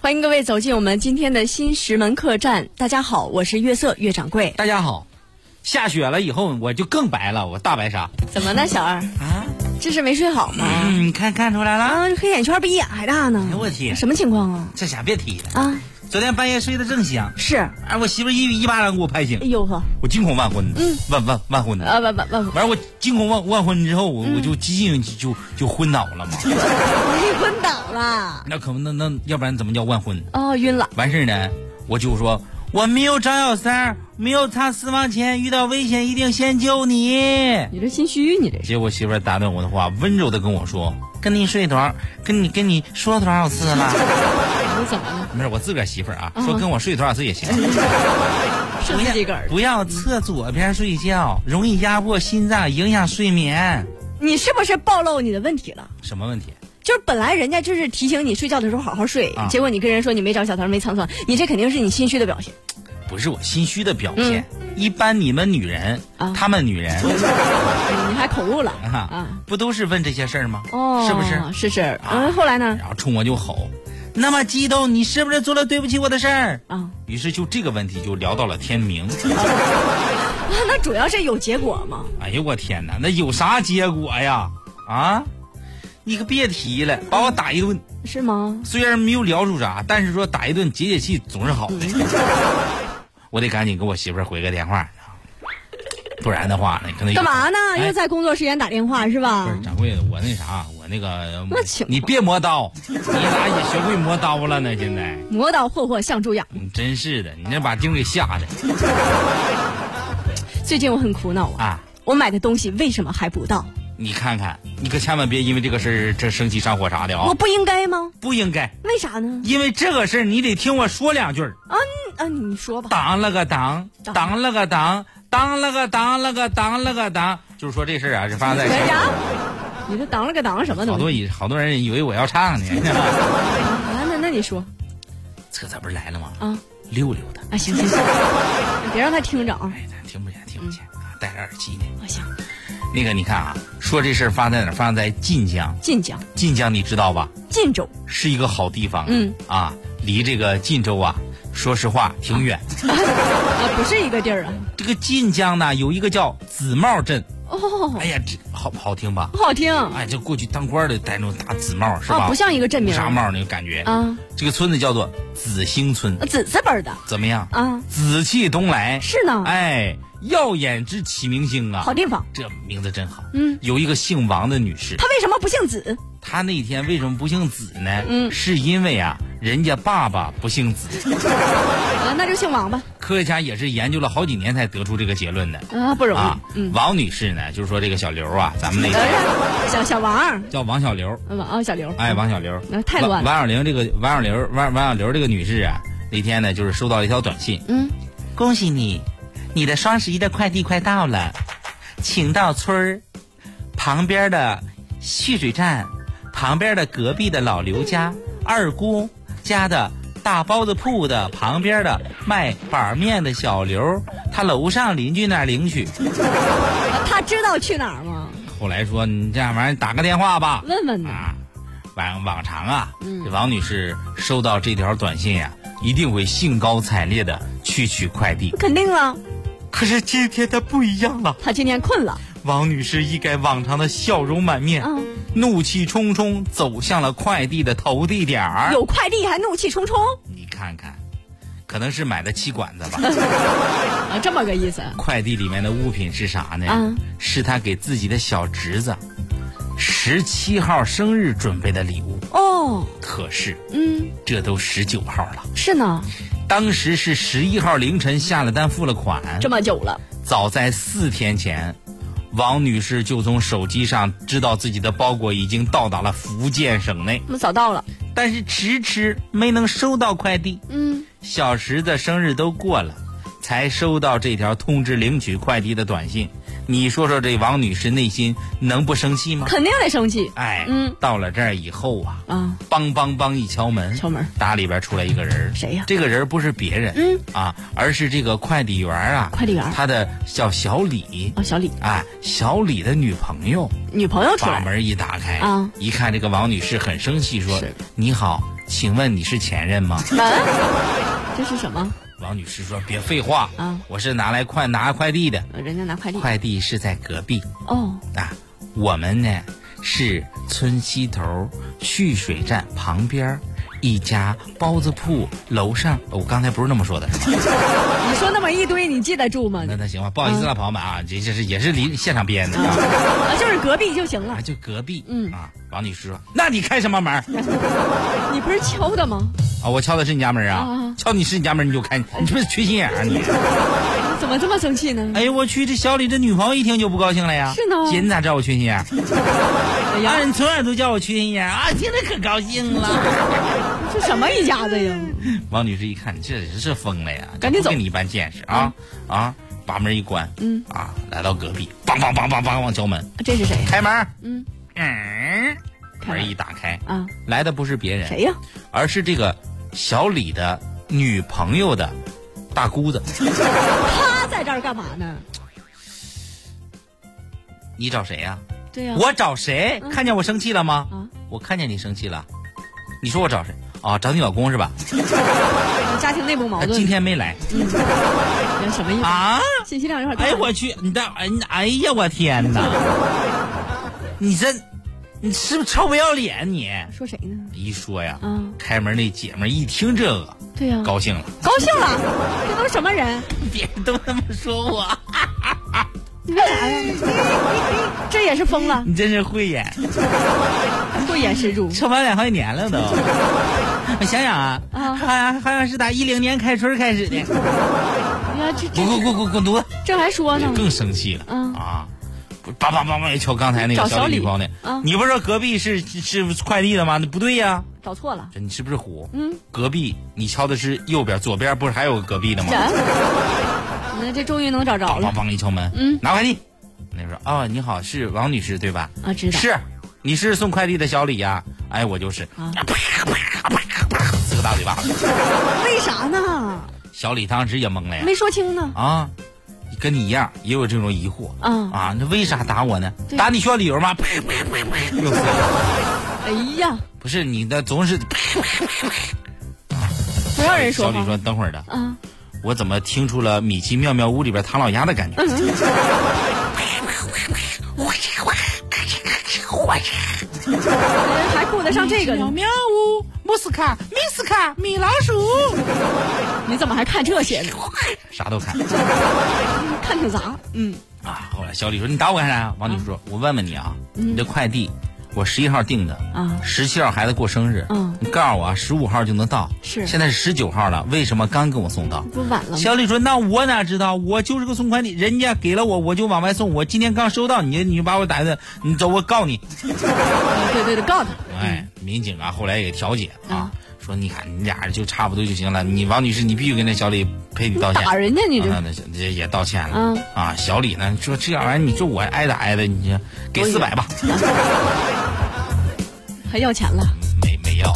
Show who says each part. Speaker 1: 欢迎各位走进我们今天的新石门客栈。大家好，我是月色月掌柜。
Speaker 2: 大家好，下雪了以后我就更白了，我大白鲨
Speaker 1: 怎么呢，小二？
Speaker 2: 啊，
Speaker 1: 这是没睡好吗？
Speaker 2: 嗯，看看出来了，
Speaker 1: 啊，这黑眼圈比眼还大呢！
Speaker 2: 哎呦我天
Speaker 1: 什么情况啊？
Speaker 2: 这下别提了，
Speaker 1: 啊，
Speaker 2: 昨天半夜睡得正香，
Speaker 1: 是，哎
Speaker 2: 哎，我媳妇一一巴掌给我拍醒，
Speaker 1: 呦呵，
Speaker 2: 我惊恐万分，嗯，万万万婚的。
Speaker 1: 啊不不不，
Speaker 2: 完，我惊恐万万婚之后，我我就激进就就昏倒了嘛。
Speaker 1: 我昏倒了。
Speaker 2: 那可不，那那要不然怎么叫万婚？
Speaker 1: 哦，晕了。
Speaker 2: 完事儿呢，我就说我没有找小三儿，没有藏私房钱，遇到危险一定先救你。
Speaker 1: 你这心虚，你这是。
Speaker 2: 结果媳妇儿打断我的话，温柔的跟我说：“跟你睡多少，跟你跟你说多少次了？
Speaker 1: 你怎么了？
Speaker 2: 没事，我自个儿媳妇儿啊，说跟我睡多少次也行，
Speaker 1: 是嗯自己个儿。嗯
Speaker 2: 不要侧左边睡觉，容易压迫心脏，影响睡眠。
Speaker 1: 你是不是暴露你的问题了？
Speaker 2: 什么问题？
Speaker 1: 就是本来人家就是提醒你睡觉的时候好好睡，
Speaker 2: 啊
Speaker 1: 结果你跟人说你没找小三儿没藏床，你这肯定是你心虚的表现。
Speaker 2: 不是我心虚的表现。一般你们女人，
Speaker 1: 嗯啊
Speaker 2: 她们女人
Speaker 1: 你还口误了
Speaker 2: 啊，
Speaker 1: 啊？
Speaker 2: 不都是问这些事儿吗？
Speaker 1: 哦，
Speaker 2: 是不是？
Speaker 1: 是是。嗯，后来呢？
Speaker 2: 然后冲我就吼：“那么激动，你是不是做了对不起我的事儿？”
Speaker 1: 啊，
Speaker 2: 于是就这个问题就聊到了天明。
Speaker 1: 那主要是有结果吗？
Speaker 2: 哎呦我天哪，那有啥结果呀？啊，你可别提了，把我打一顿。
Speaker 1: 是吗？
Speaker 2: 虽然没有聊出啥，但是说打一顿解解气 总是好的。我得赶紧给我媳妇儿回个电话，不然的话呢，可能有
Speaker 1: 干嘛呢？
Speaker 2: 哎
Speaker 1: 又在工作时间打电话是吧
Speaker 2: 不？是掌柜的，我那啥，我那个
Speaker 1: 那请
Speaker 2: 你别磨刀，你咋也学会磨刀了呢？现在
Speaker 1: 磨刀霍霍向猪养。
Speaker 2: 你真是的，你这把丁给吓的
Speaker 1: 最近我很苦恼啊，
Speaker 2: 啊！
Speaker 1: 我买的东西为什么还不到？
Speaker 2: 你看看，你可千万别因为这个事儿这生气上火啥的啊、
Speaker 1: 我不应该吗？
Speaker 2: 不应该，
Speaker 1: 为啥呢？
Speaker 2: 因为这个事儿你得听我说两句儿。
Speaker 1: 啊嗯啊，你说吧。
Speaker 2: 当了个当，
Speaker 1: 当
Speaker 2: 当了个当，当了个当了个当了个当，就是说这事儿啊，是发生在
Speaker 1: 干啥？你这挡了个挡什么
Speaker 2: 好
Speaker 1: 东
Speaker 2: 多
Speaker 1: 西？
Speaker 2: 以好多人以为我要唱呢。
Speaker 1: 啊，那那你说
Speaker 2: 这咋不是来了吗？
Speaker 1: 啊
Speaker 2: 溜溜的，
Speaker 1: 啊，行行行，你别让他听着啊。
Speaker 2: 哎，咱听不见，听不见
Speaker 1: 嗯
Speaker 2: 啊，戴着耳机呢。
Speaker 1: 我想
Speaker 2: 那个你看啊，说这事儿发生在哪儿？发生在晋江，
Speaker 1: 晋江、
Speaker 2: 晋江你知道吧？
Speaker 1: 晋州，
Speaker 2: 是一个好地方。
Speaker 1: 嗯
Speaker 2: 啊，离这个晋州啊，说实话挺远。
Speaker 1: 啊，不是一个地儿啊。
Speaker 2: 这个晋江呢，有一个叫紫帽镇。
Speaker 1: 哦
Speaker 2: 哎，呀，这好好听吧？
Speaker 1: 不好听啊，
Speaker 2: 哎，这过去当官的戴那种大紫帽是吧？
Speaker 1: 不像一个镇
Speaker 2: 乌
Speaker 1: 名
Speaker 2: 纱帽那个感觉。
Speaker 1: 啊，
Speaker 2: 这个村子叫做紫星村，
Speaker 1: 紫字辈儿的
Speaker 2: 怎么样？
Speaker 1: 啊，
Speaker 2: 紫气东来，
Speaker 1: 是呢，
Speaker 2: 哎，耀眼之启明星啊
Speaker 1: 好！地方。
Speaker 2: 这名字真好。
Speaker 1: 嗯，
Speaker 2: 有一个姓王的女士，
Speaker 1: 他为什么不姓子？
Speaker 2: 她那天为什么不姓子呢？
Speaker 1: 嗯
Speaker 2: 是因为啊，人家爸爸不姓子。
Speaker 1: 啊，那就姓王吧。
Speaker 2: 科学家也是研究了好几年才得出这个结论的。
Speaker 1: 啊，不容易
Speaker 2: 啊。，
Speaker 1: 嗯，
Speaker 2: 王女士呢，就是说这个小刘啊，咱们那
Speaker 1: 等一
Speaker 2: 个
Speaker 1: 下，小小王儿，
Speaker 2: 叫王小刘，
Speaker 1: 王啊，小刘，
Speaker 2: 哎，王小刘，
Speaker 1: 那嗯太乱了。
Speaker 2: 王王小玲这个王小刘王王小刘这个女士啊，那天呢就是收到了一条短信，
Speaker 1: 嗯，
Speaker 2: 恭喜你，你的双十一的快递快到了，请到村儿旁边的蓄水站旁边的隔壁的老刘家、二姑家的大包子铺的旁边的卖板面的小刘，他楼上邻居那儿领取。
Speaker 1: 他知道去哪儿吗？
Speaker 2: 后来说你这样玩意儿打个电话吧，
Speaker 1: 问问呢。
Speaker 2: 啊，往往常啊，
Speaker 1: 嗯
Speaker 2: 这王女士收到这条短信呀、一定会兴高采烈的去取快递。
Speaker 1: 肯定啊，
Speaker 2: 可是今天她不一样了，
Speaker 1: 他今天困了。
Speaker 2: 王女士一改往常的笑容满面，
Speaker 1: 嗯，
Speaker 2: 怒气冲冲走向了快递的投递点儿。
Speaker 1: 有快递还怒气冲冲
Speaker 2: 你看看，可能是买的气管子吧。
Speaker 1: 啊，这么个意思。
Speaker 2: 快递里面的物品是啥呢？
Speaker 1: 嗯
Speaker 2: 是她给自己的小侄子十七号生日准备的礼物。
Speaker 1: 哦，
Speaker 2: 可是
Speaker 1: 嗯，
Speaker 2: 这都十九号了。
Speaker 1: 是呢，
Speaker 2: 当时是十一号凌晨下了单付了款
Speaker 1: 这，么久了，
Speaker 2: 早在四天前，王女士就从手机上知道自己的包裹已经到达了福建省内，
Speaker 1: 那么早到了。
Speaker 2: 但是迟迟没能收到快递。
Speaker 1: 嗯，
Speaker 2: 小侄子生日都过了，才收到这条通知领取快递的短信。你说说这王女士内心能不生气吗？
Speaker 1: 肯定得生气
Speaker 2: 哎，
Speaker 1: 嗯
Speaker 2: 到了这儿以后啊，
Speaker 1: 啊。
Speaker 2: 梆梆梆一敲门，
Speaker 1: 敲门，
Speaker 2: 打里边出来一个人儿，
Speaker 1: 谁呀
Speaker 2: 这个人儿不是别人，
Speaker 1: 嗯
Speaker 2: 啊，而是这个快递员儿啊，
Speaker 1: 快递员儿
Speaker 2: 他的叫小李，
Speaker 1: 哦，小李
Speaker 2: 哎，小李的女朋友，
Speaker 1: 女朋友出
Speaker 2: 把
Speaker 1: 来，
Speaker 2: 门一打开
Speaker 1: 啊
Speaker 2: 一看这个王女士很生气，说
Speaker 1: 是：“
Speaker 2: 你好，请问你是前 任吗？
Speaker 1: 这是什么？
Speaker 2: 王女士说：“别废话，
Speaker 1: 啊
Speaker 2: 我是拿来快拿快递的，
Speaker 1: 呃人家拿快递。
Speaker 2: 快递是在隔壁
Speaker 1: 哦，
Speaker 2: 啊。我们呢是村西头蓄水站旁边儿一家包子铺楼上。我刚才不是那么说的，是吧？”
Speaker 1: 你说那么一堆，你记得住吗？
Speaker 2: 那那行吧，不好意
Speaker 1: 嗯
Speaker 2: 思了，朋友们啊，这这是也是临现场编的啊，
Speaker 1: 啊，就是隔壁就行了
Speaker 2: 啊。就隔壁，
Speaker 1: 嗯
Speaker 2: 啊，王女士说，那你开什么门儿
Speaker 1: 你不是敲的吗？
Speaker 2: 啊？我敲的是你家门儿啊
Speaker 1: 啊，
Speaker 2: 敲你是你家门儿你就开，你是不是缺心眼儿啊你？
Speaker 1: 你怎么这么生气呢？
Speaker 2: 哎呦我去，这小李这女朋友一听就不高兴了呀，
Speaker 1: 是呢
Speaker 2: 姐你咋知道我缺心眼儿？
Speaker 1: 哎
Speaker 2: 啊，
Speaker 1: 呀，
Speaker 2: 你从小都叫我缺心眼儿啊，听着可高兴了。
Speaker 1: 这什么一家子呀？
Speaker 2: 王女士一看，你这人是疯了呀，
Speaker 1: 赶紧
Speaker 2: 这不
Speaker 1: 走
Speaker 2: 跟你一般见识啊啊，把门一关，
Speaker 1: 嗯
Speaker 2: 啊，来到隔壁，梆梆梆梆梆往敲门，
Speaker 1: 这是谁？
Speaker 2: 开门儿，
Speaker 1: 嗯，
Speaker 2: 嗯，
Speaker 1: 开门
Speaker 2: 门一打开，
Speaker 1: 啊，
Speaker 2: 来的不是别人，
Speaker 1: 谁呀？
Speaker 2: 而是这个小李的女朋友的大姑子。
Speaker 1: 他在这儿干嘛呢？
Speaker 2: 你找谁呀、
Speaker 1: 对呀，
Speaker 2: 我找谁？看见我生气了吗？
Speaker 1: 嗯啊
Speaker 2: 我看见你生气了。你说我找谁？啊，找你老公是吧？
Speaker 1: 你家庭内部矛
Speaker 2: 他
Speaker 1: 盾
Speaker 2: 今，天 没来
Speaker 1: 你什么意思？
Speaker 2: 啊！
Speaker 1: 信息量有点大。
Speaker 2: 哎我去，你的哎你哎呀我天哪！ 你这你是不是臭不要脸你？
Speaker 1: 说谁呢？
Speaker 2: 一说呀，
Speaker 1: 嗯
Speaker 2: 开门那姐们儿一听这个
Speaker 1: 对呀，
Speaker 2: 高兴了，
Speaker 1: 高兴了，这都什么人？
Speaker 2: 嗯别人都这么说我，
Speaker 1: 你为啥呀？这也是疯了，
Speaker 2: 你真是慧眼。
Speaker 1: 慧眼识珠。
Speaker 2: 上班两好几年了 都。我想想啊，
Speaker 1: 啊
Speaker 2: 好像好像是打一零年开春开始 的。
Speaker 1: 哎呀，这
Speaker 2: 滚滚
Speaker 1: 这
Speaker 2: 滚滚滚犊子！
Speaker 1: 这还说呢？
Speaker 2: 更生气了
Speaker 1: 嗯
Speaker 2: 啊！叭叭叭叭一敲刚才那个
Speaker 1: 找
Speaker 2: 小
Speaker 1: 小李
Speaker 2: 李嗯女朋友
Speaker 1: 啊
Speaker 2: 呢，你不是说隔壁是是是快递的吗？那不对呀，
Speaker 1: 找错了，
Speaker 2: 这你是不是虎？
Speaker 1: 嗯，
Speaker 2: 隔壁你敲的是右边，左边不是还有个隔壁的吗
Speaker 1: 人？，那这终于能找着
Speaker 2: 梆梆
Speaker 1: 了
Speaker 2: 梆一敲门，
Speaker 1: 嗯，
Speaker 2: 拿快递。那说哦，你好，是王女士对吧？
Speaker 1: 啊！知道
Speaker 2: 是，你是送快递的小李呀？哎，我就是，
Speaker 1: 啊
Speaker 2: 啪啪啪啪啪，四个大嘴巴子。
Speaker 1: 为啥呢？
Speaker 2: 小李当时也懵了呀，
Speaker 1: 没说清呢。
Speaker 2: 啊，跟你一样也有这种疑惑
Speaker 1: 嗯
Speaker 2: 啊，那为啥打我呢？
Speaker 1: 对
Speaker 2: 打你需要理由吗？呸呸呸呸又死了
Speaker 1: 哎呀，
Speaker 2: 不是你的总是
Speaker 1: 不让人说
Speaker 2: 小李
Speaker 1: 话
Speaker 2: 说等会儿的，
Speaker 1: 啊！
Speaker 2: 我怎么听出了米奇妙妙屋里边唐老鸭的感觉？
Speaker 1: 人还顾得上这个呢？
Speaker 2: 妙屋莫斯卡米斯卡米老鼠，
Speaker 1: 你怎么还看这些呢？
Speaker 2: 啥都看
Speaker 1: 看挺杂。嗯，
Speaker 2: 啊。后来小李说你打我干啥呀？王女士说，我问问你啊，你的快递我十一号订的
Speaker 1: 啊
Speaker 2: 十七号孩子过生日，
Speaker 1: 嗯
Speaker 2: 你告诉我啊十五号就能到，
Speaker 1: 是
Speaker 2: 现在是十九号了，为什么刚给我送到？
Speaker 1: 不晚了吗？
Speaker 2: 小李说：“那我哪知道？我就是个送快递，人家给了我，我就往外送。我今天刚收到，你就你就把我打的，你走，我告你。
Speaker 1: 对对对，告他。”
Speaker 2: 哎，民警啊，后来也调解啊
Speaker 1: 啊，
Speaker 2: 说你看你俩人就差不多就行了。你王女士，你必须跟这小李赔礼道歉。
Speaker 1: 打人家你这
Speaker 2: 啊那那也也道歉了、
Speaker 1: 嗯
Speaker 2: 啊。小李呢说这玩意儿，你说我挨打挨的，你这给
Speaker 1: 我以
Speaker 2: 四
Speaker 1: 为
Speaker 2: 百吧，
Speaker 1: 还要钱了？
Speaker 2: 没没要。